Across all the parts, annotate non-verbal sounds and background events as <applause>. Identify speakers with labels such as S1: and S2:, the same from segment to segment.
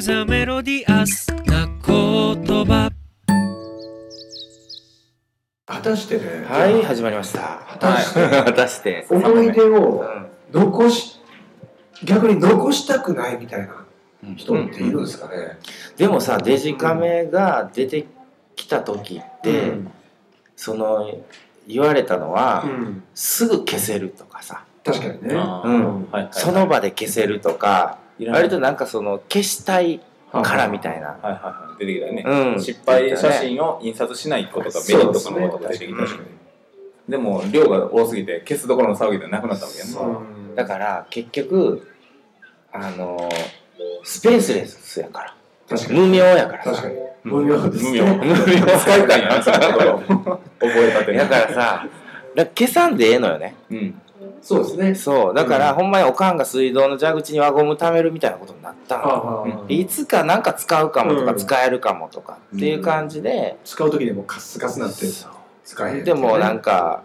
S1: ザメロディアスな言葉
S2: 果たしてね、
S3: はい、始まりました。
S2: 果たして
S3: はい果たして。
S2: 思い出
S3: う
S2: を
S3: ん
S2: 残し、逆に残したくないみたいな人っているんですかね。
S3: でもさ、デジカメが出てきた時って、
S2: うん
S3: その、言われたのは、
S2: うん
S3: すぐ消せるとかさ、
S2: 確かにね。
S4: あー
S3: うん
S4: はいはい、
S3: その場で消せるとか、割となんかその、消したいからみたいな。
S4: はいはいはい、出てきたね、
S3: うん。
S4: 失敗写真を印刷しないことがメリットかのことが出てきたし、
S3: そう
S4: でも量が多すぎて消すどころの騒ぎでなくなったわけやん
S2: そ
S4: な
S2: う
S3: だから、結局、あの、スペースレスやから。
S2: 確かに。
S3: 無名やからさ。
S2: 確かに。
S4: うん
S2: 無名です
S4: 無
S2: ね
S4: 名無名使いたいなそんなことを覚えたてね
S3: だからさ、だから消さんでええのよね。
S4: うん
S2: そうですね。
S3: そうだから、ほんまにおかんが水道の蛇口に輪ゴム貯めるみたいなことになったの、
S2: ああ
S3: いつかなんか使うかもとか、
S2: うん
S3: 使えるかもとかっていう感じで、
S2: 使う時にもうカッスカスなって使えへんって
S3: で
S2: ね
S3: もなんか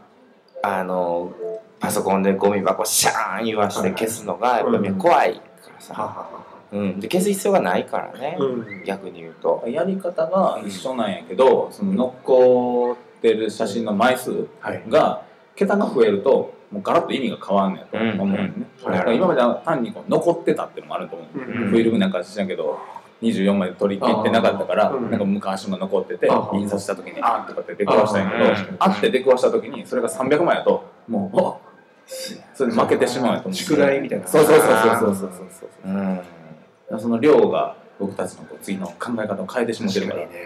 S3: あのパソコンでゴミ箱シャーン言わして消すのがやっぱり怖いから
S2: はは
S3: さ、
S2: は
S3: うん、で消す必要がないからね、
S2: うん
S3: 逆に言うと
S4: やり方が一緒なんやけど、その残ってる写真の枚数
S2: はい
S4: が桁が増えるともうガラッと意味が変わんねやと思うね、ん
S2: うんうん
S4: だから今までは単にこう残ってたってのもあると思う、
S2: うん
S4: フィルムなんか知らんけど24まで取り切ってなかったから、
S2: あーうん
S4: なんか昔も残ってて
S2: あー
S4: 印刷した時にあーとかって出くわしたんやけど
S3: あ
S4: あ
S3: ー
S4: って出くわした時にそれが300枚やともうあそれで負けてしまうやと思う
S2: 宿題みたいな
S4: そうそうそうそうそうそうそう
S3: うん、
S4: だからその量が僕たちのこう次の考え方を変えてしまってるから
S2: ね
S3: だか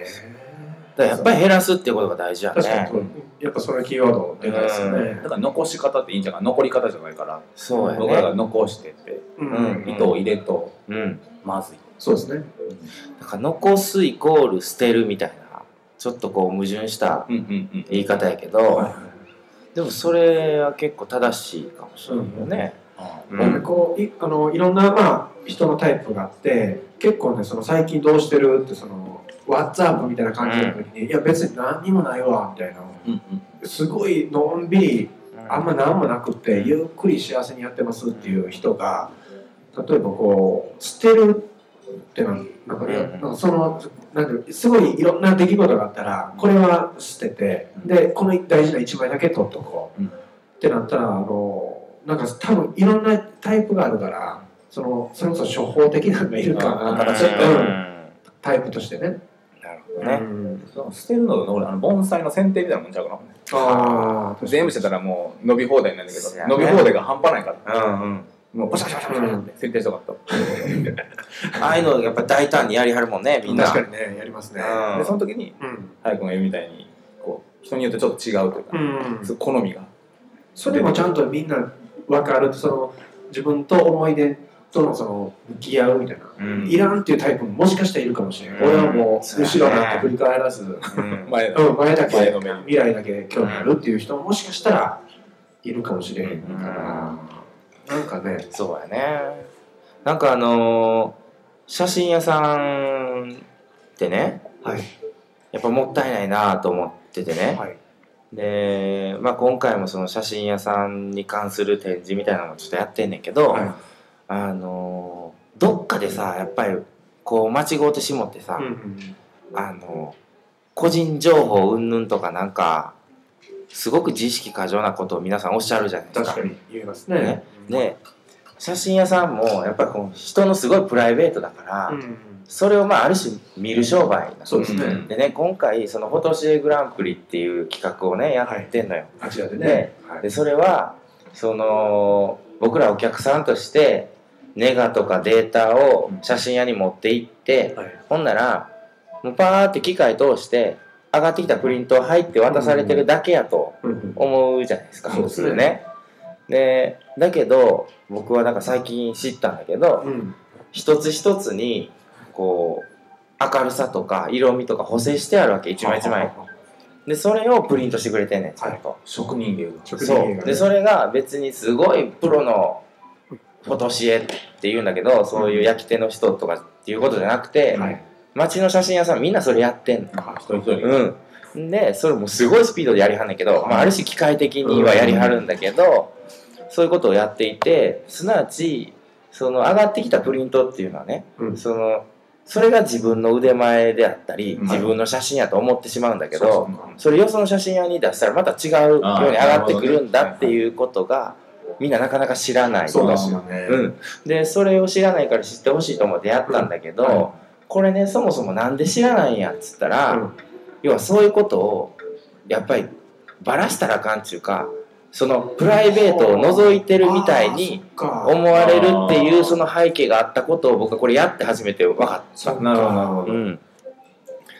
S3: らやっぱり減らすっていうことが大事や
S2: 確かに
S3: ね
S2: そうやっぱそのキーワードでかいですよね
S4: だから残し方っていいんじゃない残り方じゃないから
S3: そう
S4: 僕ら
S3: や
S4: が
S3: ね
S4: 残してって
S2: うん
S3: うん
S4: 糸を入れと
S3: うん
S4: まずい
S2: そうですね
S3: だから残すイコール捨てるみたいなちょっとこう矛盾した
S4: うんうん
S3: 言い方やけど、
S2: はい
S3: でもそれは結構正しいかもしれないよね。
S4: う
S3: う
S2: なんかこういあのいろんな、まあ、人のタイプがあって結構ねその最近どうしてるってそのワッツアップみたいな感じの時に、いや別に何にもないわみたいなんすごいのんびりあんま何もなくって
S3: うん
S2: ゆっくり幸せにやってますっていう人が例えばこう捨てるってなんなんかね
S3: うん
S2: なんかそのなんていうのすごいいろんな出来事があったらこれは捨ててでこの大事な1枚だけ取っとこう、
S4: うん
S2: ってなったらあのなんか多分いろんなタイプがあるからそのそれこそ処方的なのがいるか
S4: あ
S2: な
S4: ー
S2: 形
S4: 正しい
S2: うんタイプとしてね。
S3: なるほどね。
S4: うん捨てるのが俺あの盆栽の剪定みたいなもんちゃうかな
S2: ああ
S4: 全部してたらもう伸び放題になるんだ
S3: そ
S4: け
S3: う
S4: ど
S3: やね
S4: 伸び放題が半端ないから
S3: うんうん。
S4: もうバシャバシャバシャバシャって剪定しとかった
S3: ああいうのやっぱ大胆にやりはるもんね、みんな。
S2: 確かにねやりますね。
S3: うん
S4: でその時に
S2: うん
S4: 早くの言うみたいにこう人によってちょっと違うというか、
S2: うん
S4: そういう好みが
S2: それもちゃんとみんな分かるその自分と思い出とのその向き合うみたいな、
S3: うん
S2: いらんっていうタイプももしかしたらいるかもしれない、
S3: うん
S2: 俺はもう
S3: そうやね
S2: 後ろなんて振り返らず、
S3: うん
S4: 前だ、
S2: うん、前だけ
S4: 前のめり
S2: 未来だけ興味あるっていう人ももしかしたらいるかもしれへんから、なんかね
S3: そうやね。なんかあのー写真屋さんってね、
S2: はい
S3: やっぱもったいないなと思っててね。
S2: はい
S3: で、まあ今回もその写真屋さんに関する展示みたいなのもちょっとやってんねんけど、
S2: は
S3: あのーどっかでさやっぱりこう間違うてしもってさ、
S2: いうん
S3: あの個人情報云々とかなんかすごく自意識過剰なことを皆さんおっしゃるじゃないですか。
S2: 確かに言いますね
S3: ねで写真屋さんもやっぱりこう人のすごいプライベートだから、
S2: うん
S3: それをまあある種見る商売なん
S2: そうですね、
S4: うん
S3: でね今回そのフォトシエグランプリっていう企画をねやってんのよ。
S2: あちらでね
S3: ね
S2: はい
S3: でそれはその僕らお客さんとしてネガとかデータを写真屋に持って行って、
S2: はい
S3: ほんならもうパーって機械通して上がってきたプリントを入って渡されてるだけやと
S2: うんうん
S3: 思うじゃないですか、
S2: そう
S3: 普
S2: ですね
S3: 通ね。でだけど僕はなんか最近知ったんだけど、
S2: うん
S3: 一つ一つにこう明るさとか色味とか補正してあるわけ一枚一枚。でそれをプリントしてくれてんねんちゃんと。
S4: 職人芸が
S2: 職人
S3: そ
S2: 芸が
S3: う
S2: ね
S3: でそれが別にすごいプロのフォトシエっていうんだけどそういう焼き手の人とかっていうことじゃなくて、
S2: はい
S3: 街の写真屋さんみんなそれやってんの
S4: あ一人一人、
S3: うんでそれもすごいスピードでやりはんねんけど、まあ、ある種機械的にはやりはるんだけど、そういうことをやっていてすなわちその上がってきたプリントっていうのはね、
S2: うん
S3: そのそれが自分の腕前であったり、
S4: うん
S3: 自分の写真やと思ってしまうんだけど、
S4: そう
S3: それよその写真屋に出したらまた違うように上
S4: あー
S3: がってくるん
S4: なる
S3: だ
S4: ほどね
S3: っていうことがみんななかなか知らない
S2: そう
S3: と
S2: ですよね。
S3: うん、でそれを知らないから知ってほしいと思ってやったんだけど、
S4: うんはい
S3: これねそもそもなんで知らないんやっつったら、
S2: うん
S3: 要はそういうことをやっぱりバラしたらあかんっていうかそのプライベートを覗いてるみたいに
S2: あー
S3: 思われるってい
S4: あー
S3: うその背景があったことを僕はこれやって初めて分かっ
S2: そっか
S4: なるほどなる
S3: た。うん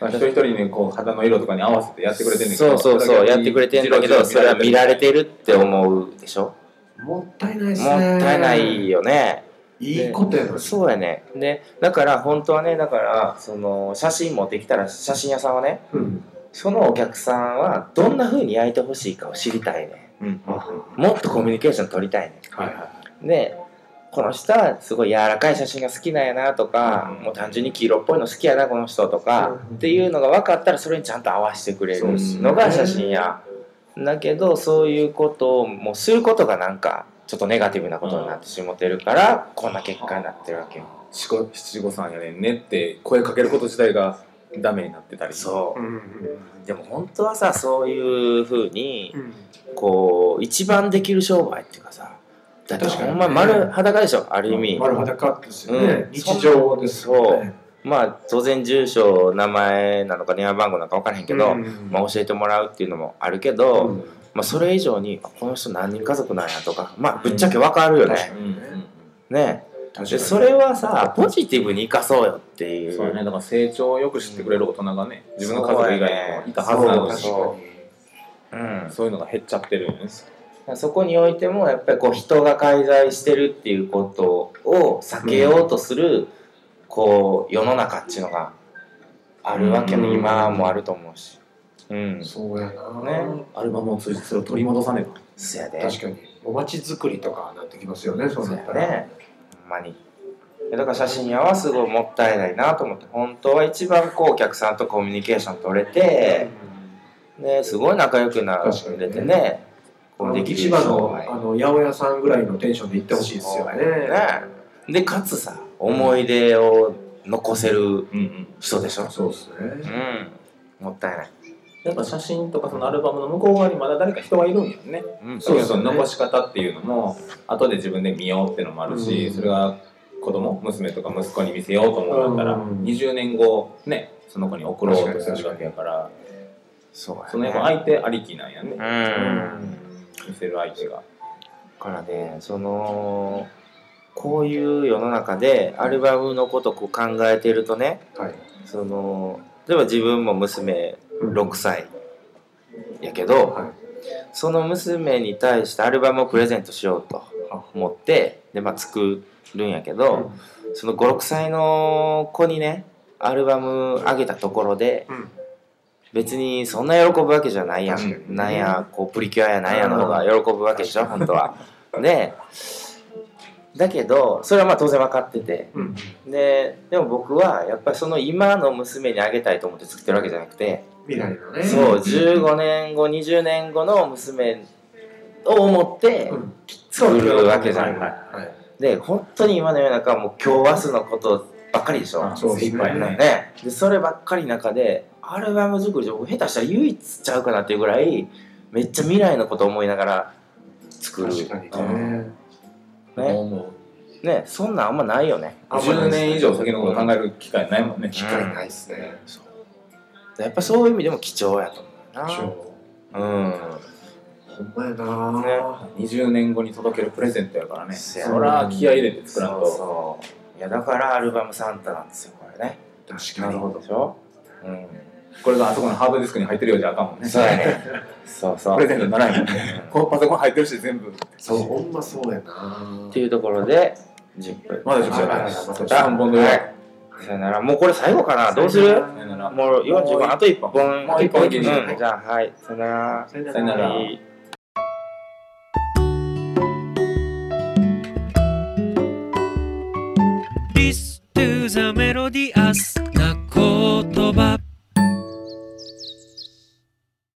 S4: まあ一人一人にこう肌の色とかに合わせてやってくれてんねんけ
S3: そう
S4: ど
S3: そうそうやってくれてんだけどそれは見られてるって思うでしょ
S2: もったいないです
S3: も
S2: ね。
S3: ったいないよね
S2: いいことやのに
S3: そうやねでだから本当はねだからその写真持ってきたら写真屋さんはね
S2: うん。
S3: そのお客さんはどんな風に焼いてほしいかを知りたいね
S4: うん
S2: あ
S3: もっとコミュニケーション取りたいね
S2: はいは
S3: でこの人はすごい柔らかい写真が好きなんやなとか、
S4: うん
S3: もう単純に黄色っぽいの好きやなこの人とか、
S2: うん
S3: っていうのが分かったらそれにちゃんと合わせてくれ
S4: そ
S3: る
S4: うですね
S3: のが写真や、だけどそういうことをもうすることがなんかちょっとネガティブなことになってしもてるから、こんな結果になってるわけよ
S4: 七五七五三やねんねって声かけること自体がダメになってたり
S3: そ
S2: い。うん
S3: うでも本当はさそういうふうに
S2: うん。
S3: こう一番できる商売っていうかさだって
S2: 確かに
S3: ほんま丸裸でしょある意味、
S2: 丸裸ですよ
S3: う
S2: ね
S3: ん。
S2: 日常ですよね。
S3: まあ当然住所名前なのか電話番号なのか分からへんけど、
S2: うん
S3: まあ、教えてもらうっていうのもあるけど、
S2: うん
S3: まあ、それ以上にあこの人何人家族なんやとかまあぶっちゃけ分かるよ
S2: 確か
S3: ね
S2: に、
S4: うんうん
S3: ね
S2: 確か
S3: で
S2: に
S3: それはさポジティブに生かそうよってい
S4: うん
S3: う
S4: そうやねだから成長をよく知ってくれる大人がね自分の家族以外にもいたはずなのに
S3: そう
S2: 確かに
S3: うん、
S4: そういうのが減っちゃってるよね
S3: そこにおいてもやっぱりこう人が介在してるっていうことを避けようとする、こう世の中っていうのがあるわけに、
S2: うん
S3: 今もあると思うし、うん、
S2: そうやな、
S3: ね
S4: アルバムを通じてそれを取り戻さねば
S3: そやで
S2: 確かにお街づくりとかなってきますよねそうなった
S3: そう
S2: ら、
S3: やねほんまにだから写真屋はすごいもったいないなと思って本当は一番こうお客さんとコミュニケーション取れて、ですごい仲良くな
S2: 確かにね
S3: れてね
S2: こ
S3: こう
S2: の
S3: できる
S2: 市場
S3: 商
S2: の
S3: 売
S2: あの八百屋さんぐらいのテンションで行ってほしいですよね
S3: そうやねでかつさ思い出を残せる
S4: うんうん
S3: 人でしょ
S2: そうですね、
S3: うんもったいない、
S4: やっぱ写真とかそのアルバムの向こう側にまだ誰か人がいるんやね
S3: うん
S4: そ
S2: そうう
S4: い
S2: で
S4: う
S2: すね
S4: 残し方っていうのも後で自分で見ようってのもあるし、
S2: うん
S4: それが子供娘とか息子に見せようと思うんだったら、
S2: うん
S4: 20年後ねその子に送ろうとするわけやから
S3: そうやね
S4: その辺も相手ありきなんやね、
S3: うん
S4: 見せる相手が
S3: だからねそのこういう世の中でアルバムのことをこう考えてるとね
S2: はい
S3: その例えば自分も娘6歳やけど
S2: は
S3: その娘に対してアルバムをプレゼントしようと思ってで、まあ、作るんやけどその56歳の子にねアルバムあげたところで
S2: い、うん、
S3: 別にそんな喜ぶわけじゃないや
S4: 確か
S3: ん
S4: に
S3: なんやこうプリキュアやなんやの方が喜ぶわけでしょ本当は。でだけどそれはまあ当然分かってて
S2: うん
S3: ででも僕はやっぱりその今の娘にあげたいと思って作ってるわけじゃなくて
S2: 未来のね
S3: そう15年後20年後の娘を思って
S2: うん
S3: 作るわけじゃん、
S2: はいはいはい
S3: で本当に今の世の中はもう今日明日のことばっかりでしょ、
S4: あ
S2: そうですね
S4: 精一杯ね
S3: ね、でそればっかりの中でアルバム作り上下手したら唯一ちゃうかなっていうぐらいめっちゃ未来のこと思いながら作る
S2: 確かにね、
S3: ねねそんなんあんまないよね
S2: あんまない
S4: 10
S2: っすね
S4: 年以上先のこと考える機会ないもんね、
S2: 機会ないですね、
S3: やっぱそういう意味でも貴重やと思うな
S2: 一応
S3: うん
S2: ほんまやな、
S4: 20年後に届けるプレゼントやからね
S3: そ
S4: そ
S3: や
S4: ら気合い入れて作らんと
S3: そうそういやだからアルバムサンタなんですよこれね
S2: 確かに
S3: どでしょうん
S4: これがあそこのハードディスクに入ってるようじゃあかんもんね
S3: そうや
S4: <laughs>
S3: ねそうそう
S4: プレゼントにならへんもんね <laughs> このパソコン入ってるし全部
S2: そうほんまそうやな
S3: っていうところで10分
S4: まだ10分
S2: はい
S4: 3本の
S3: は
S4: 4
S3: いさよならもうこれ最後かなどうする
S4: さよなら
S3: もう40分あと1本
S4: もう一本
S3: うんじゃあはいさよなら
S2: さよ
S4: さよなら
S3: はい
S1: 「This to the melodious」